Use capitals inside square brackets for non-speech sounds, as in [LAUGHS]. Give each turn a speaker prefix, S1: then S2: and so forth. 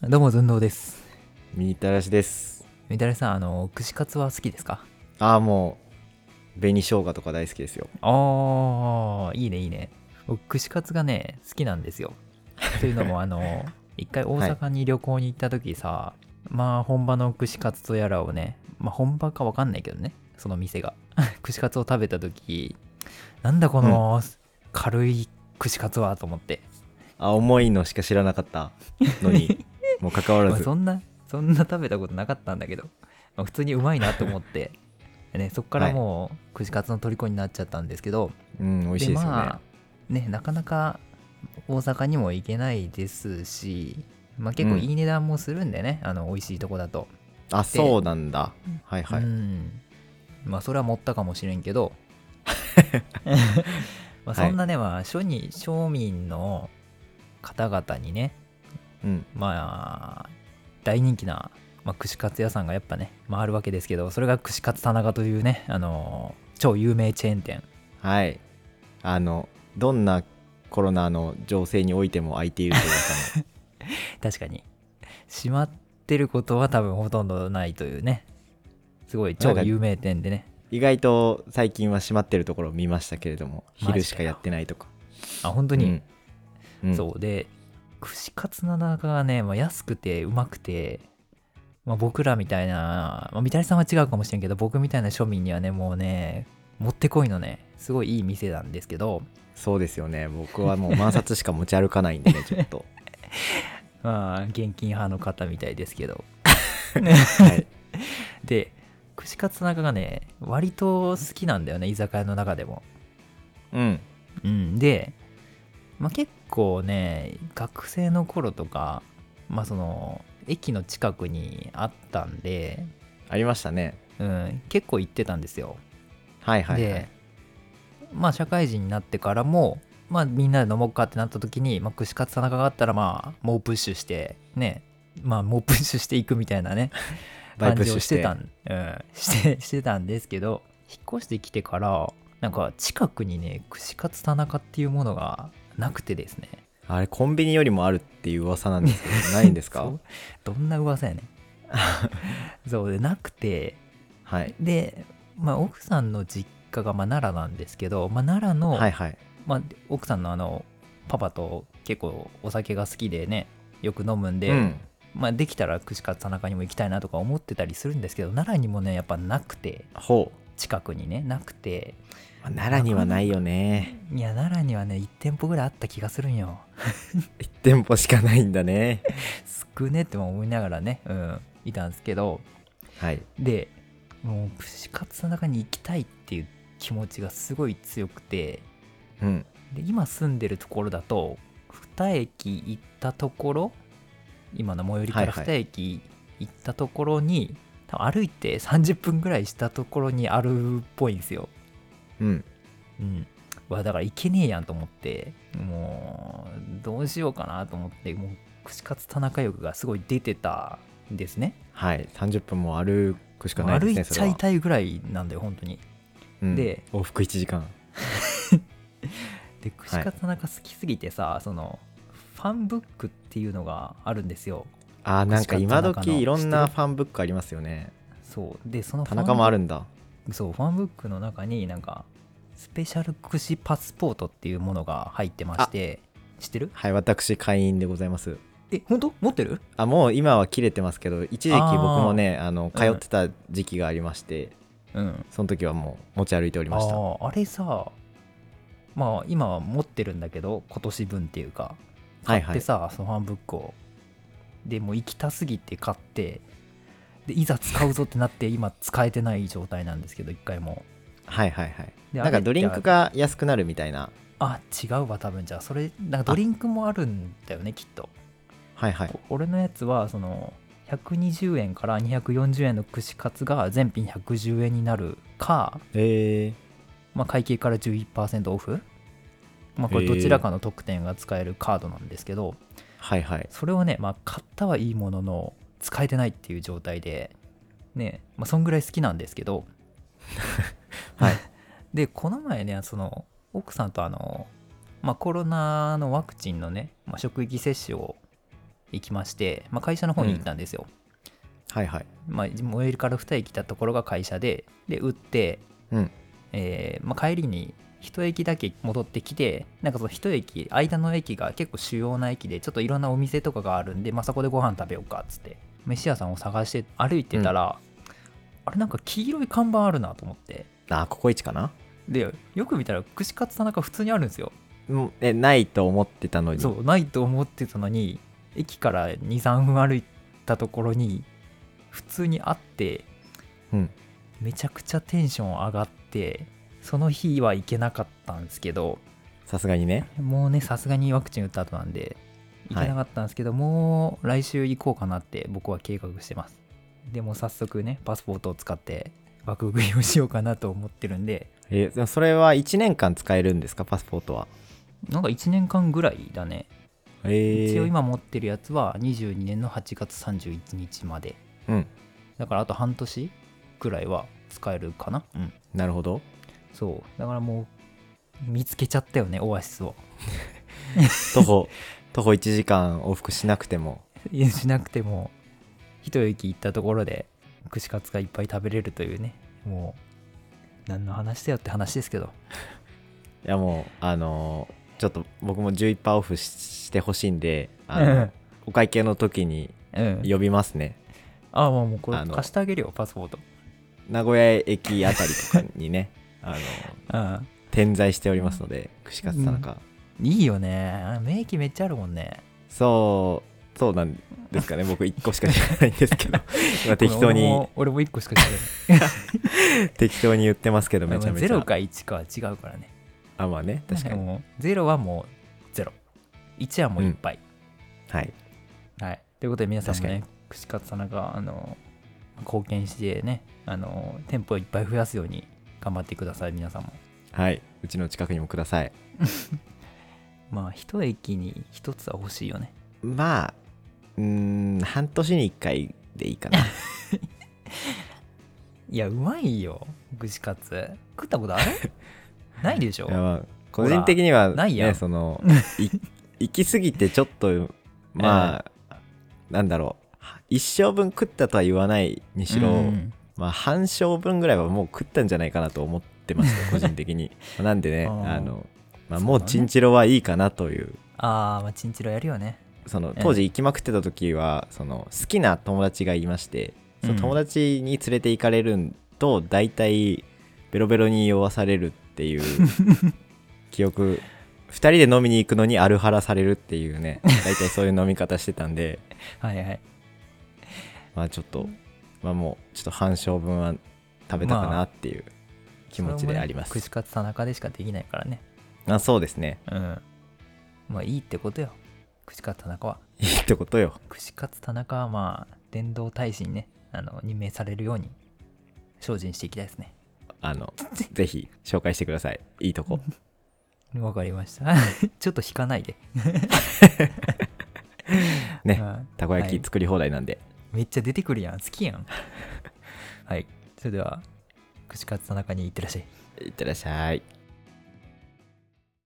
S1: どうも、ずんどうです。
S2: みたらしです
S1: みたらしさん、あの、串カツは好きですか
S2: ああもう紅生姜とか大好きですよ
S1: ああ、いいね、いいね。僕、串カツがね、好きなんですよ。というの [LAUGHS] も、あの、一回大阪に旅行に行った時さ、まあ、本場の串カツとやらをね、まあ、本場かわかんないけどね、その店が。 [LAUGHS] 串カツを食べた時、なんだこの軽い串カツはと思って。
S2: あ重いのしか知らなかった
S1: [LAUGHS]
S2: のにもう関わら
S1: まあ
S2: ず
S1: そんなそんな食べたことなかったんだけど、まあ普通にうまいなと思って [LAUGHS] ねそっからもう串カツの虜になっちゃったんですけど、
S2: うん美味しいですよね、
S1: まあねなかなか大阪にも行けないですし、まあ、結構いい値段もするんでね、あの美味しいとこだと、
S2: あ、そうなんだはいはい、
S1: うんまあそれは持ったかもしれんけ
S2: [LAUGHS]
S1: ど [LAUGHS] まあそんなね、まあ、庶に庶民の方々にね
S2: うん、
S1: まあ大人気な、まあ、串カツ屋さんがやっぱね、まあ、あるわけですけどそれが串カツ田中というね、あのー超有名チェーン店
S2: はいあのどんなコロナの情勢においても空いていると
S1: [LAUGHS]
S2: いう噂の
S1: 確かに閉まってることは多分ほとんどないというねすごい超有名店でね
S2: 意外と最近は閉まってるところを見ましたけれど
S1: [LAUGHS]
S2: も
S1: マジかよ
S2: 昼しかやってないとか
S1: あ本当
S2: 本
S1: に、、
S2: うんうん、
S1: そうで串カツ田中がね、まあ、安くてうまくて、まあ、僕らみたいな、まあ、三谷さんは違うかもしれんけど僕みたいな庶民にはねもうねもってこいのねすごいいい店なんですけど
S2: そうですよね僕はもう満札しか持ち歩かないん
S1: [LAUGHS]
S2: でねちょっと
S1: まあ、現金派の方みたいですけど。
S2: はい
S1: で、串カツ田中がね、割と好きなんだよね、居酒屋の中でも。
S2: うん
S1: うん、で、まあ、結構ね、学生の頃とか、まあ、その、駅の近くにあったんで、
S2: ありましたね
S1: うん、結構行ってたんですよ。
S2: はいはい、はい
S1: で、まあ、社会人になってからも、まあ、みんなで飲もうかってなった時に、まあ、串カツ田中があったら、まあ、猛プッシュして、ね、まあ、猛プッシュしていくみたいなね、
S2: バイ
S1: 感
S2: プッ
S1: じ
S2: シ
S1: を
S2: ュ
S1: し
S2: してて
S1: たん、うん、して [LAUGHS] してたんですけど引っ越してきてからなんか近くにね串カツ田中っていうものがなくてですね
S2: あれコンビニよりもあるっていう噂なんですけどないんです [LAUGHS]
S1: そ
S2: か
S1: うどんな噂やね
S2: [LAUGHS]
S1: んそうでなくて
S2: はい
S1: で、まあ、奥さんの実家がまあ奈良なんですけど、まあ、奈良の、
S2: はいはい
S1: まあ、奥さんのあのパパと結構お酒が好きでねよく飲むんで、
S2: うん、
S1: まあ、できたら串カツ田中にも行きたいなとか思ってたりするんですけど奈良にもねやっぱなくて
S2: ほ
S1: 近くにねなくて
S2: う、まあ奈良にはないよね
S1: いや奈良にはね1店舗ぐらいあった気がするんよ
S2: 1店舗しかないんだね
S1: 少ねって思いながらねうんいたんですけど
S2: はい
S1: でもう串カツの中に行きたいっていう気持ちがすごい強くて
S2: うん
S1: で今住んでるところだと2駅行ったところ今の最寄りから
S2: はいはい
S1: 2駅行ったところに、多分歩いて30分ぐらいしたところにあるっぽいんですよ
S2: うん
S1: うん、うわだからいけねえやんと思ってもうどうしようかなと思ってもう串カツ田中欲がすごい出てたんですね
S2: はい30分も歩くしかない
S1: 歩
S2: です
S1: いち
S2: ね
S1: ゃい
S2: それは
S1: たいぐらいなんだよ本当に
S2: うん
S1: で
S2: 往復1時間
S1: で串カツ田中好きすぎてさ、そのファンブックっていうのがあるんですよ
S2: あーなんか今
S1: 串カツ田中の
S2: 時いろんなファンブックありますよね
S1: そうでその
S2: 田中もあ
S1: る
S2: るんだ
S1: そうファンブックの中になんかスペシャル串パスポートっていうものが入ってまして知ってる
S2: はい私会員でございます
S1: え本当持ってる
S2: あもう今は切れてますけど一時期
S1: あー
S2: 僕もねあの通ってた時期がありまして、
S1: うん
S2: その時はもう持ち歩いておりました
S1: あーあれさまあ今は持ってるんだけど今年分っていうか
S2: はい
S1: でさ、そのファンブックをでもう行きたすぎて買ってでいざ使うぞってなって今使えてない状態なんですけど一回も
S2: はいはいはい
S1: で
S2: なん
S1: あれ
S2: か
S1: って
S2: ドリンクが安くなるみたいな
S1: あ違うわ多分じゃあそれなんかドリンクもあるんだよねきっと
S2: はいはい
S1: お俺のやつはその120円から240円の串カツが全品110円になるか
S2: え
S1: まあ、会計から11%オフ、まあ、これどちらかの特典が使えるカードなんですけど、
S2: ー、はいはい
S1: それをね、まあ、買ったはいいものの使えてないっていう状態でねまあそんぐらい好きなんですけど
S2: [LAUGHS] はい
S1: [LAUGHS] でこの前ねその奥さんとあの、まあ、コロナのワクチンのね、まあ、職域接種を行きまして、まあ、会社の方に行ったんですよ、
S2: はいはい
S1: まあ、最寄りから2駅来たところが会社でで打って、
S2: うん
S1: えーまあ、帰りに1駅だけ戻ってきてなんかその1駅間の駅が結構主要な駅でちょっといろんなお店とかがあるんで、まあ、そこでご飯食べようかっつって飯屋さんを探して歩いてたら、あれなんか黄色い看板あるなと思って
S2: あココイチかな
S1: でよく見たら串カツ田中普通にあるんですよ
S2: うんえないと思ってたのに
S1: そうないと思ってたのに駅から23分歩いたところに普通にあって、
S2: うん
S1: めちゃくちゃテンション上がってその日は行けなかったんですけど
S2: さすがにね
S1: もうねさすがにワクチン打った後なんで行けなかったんですけど、もう来週行こうかなって僕は計画してますでも早速ねパスポートを使って爆食いをしようかなと思ってるんで
S2: えでもそれは1年間使えるんですかパスポートは
S1: なんか1年間ぐらいだね
S2: え
S1: 一応今持ってるやつは22年の8月31日まで
S2: うん
S1: だからあと半年くらいは使えるかなうん
S2: なるほど
S1: そうだからもう見つけちゃったよねオアシスを
S2: 徒歩 [LAUGHS] 徒歩1時間往復しなくても
S1: [LAUGHS] いやしなくても一息行ったところで串カツがいっぱい食べれるというねもう何の話だよって話ですけど
S2: いやもうあのーちょっと僕も11%オフししてほしいんであのお会計の時に
S1: [LAUGHS] うん
S2: 呼びますね
S1: ああもうこれ
S2: あの
S1: 貸してあげるよパスポート
S2: 名古屋駅あたりとかにね [LAUGHS] あの
S1: うん
S2: 点在しておりますので串カツ田中、
S1: いいよねあ名機めっちゃあるもんね
S2: そうそうなんですかね僕1個しか知らないんですけ
S1: [LAUGHS]
S2: ど今適当
S1: 俺
S2: に
S1: も俺も1個しか知らない
S2: 適当に言ってますけ [LAUGHS] どめちゃめちゃ
S1: でも0か1かは違うからね
S2: あまあね確かに
S1: もう0はもう01はもういっぱい、
S2: はい
S1: はいということで皆さんも
S2: 確
S1: ね串カツ田中あの貢献してねあの店舗をいっぱい増やすように頑張ってください皆さんも
S2: はいうちの近くにもください
S1: まあ一駅に一つは欲しいよね
S2: まあうーん半年に1回でいいかな
S1: いやうまいよ串カツ食ったことある
S2: [LAUGHS]
S1: ないでしょ [LAUGHS]
S2: いやまあ
S1: ほ
S2: 個
S1: ら
S2: 人的には、ね、
S1: ないやん [LAUGHS]
S2: そのい行き過ぎてちょっとまあ、なんだろう一生分食ったとは言わないにしろ、
S1: うん
S2: まあ、半生分ぐらいはもう食ったんじゃないかなと思って
S1: [LAUGHS]
S2: ました個人的になんでね
S1: あー
S2: あの、ま
S1: そうだ
S2: あ、
S1: ね
S2: もうチンチロはいいかなという
S1: あーまあチンチロやるよね
S2: その
S1: ええ
S2: 当時行きまくってた時はその好きな友達がいましてその
S1: うん
S2: 友達に連れて行かれると大体ベロベロに酔わされるって
S1: [LAUGHS]
S2: いう記憶2人で飲みに行くのにアルハラされるっていうね大体そういう飲み方してたんで
S1: はいはい
S2: まあちょっとまあもうちょっと半生分は食べたかなっていう気持ちであります、
S1: それもね串カツ田中でしかできないからね
S2: あそうですね
S1: うん。まあいいってことよ。串カツ田中は。
S2: いいってことよ
S1: 串カツ田中はまあ、伝道大使にね、あの任命されるように精進していきたいですね。[LAUGHS]
S2: あのぜひ紹介してくださいいいとこ
S1: わかりました。 [LAUGHS] ちょっと引かないで。 [LAUGHS]
S2: ね
S1: うん
S2: たこ焼
S1: は
S2: き
S1: い
S2: 作り放題なんで、
S1: めっちゃ出てくるやん。好き [LAUGHS] やん。はい。それでは、串カツ田中に行ってらっしゃい。
S2: いってらっしゃい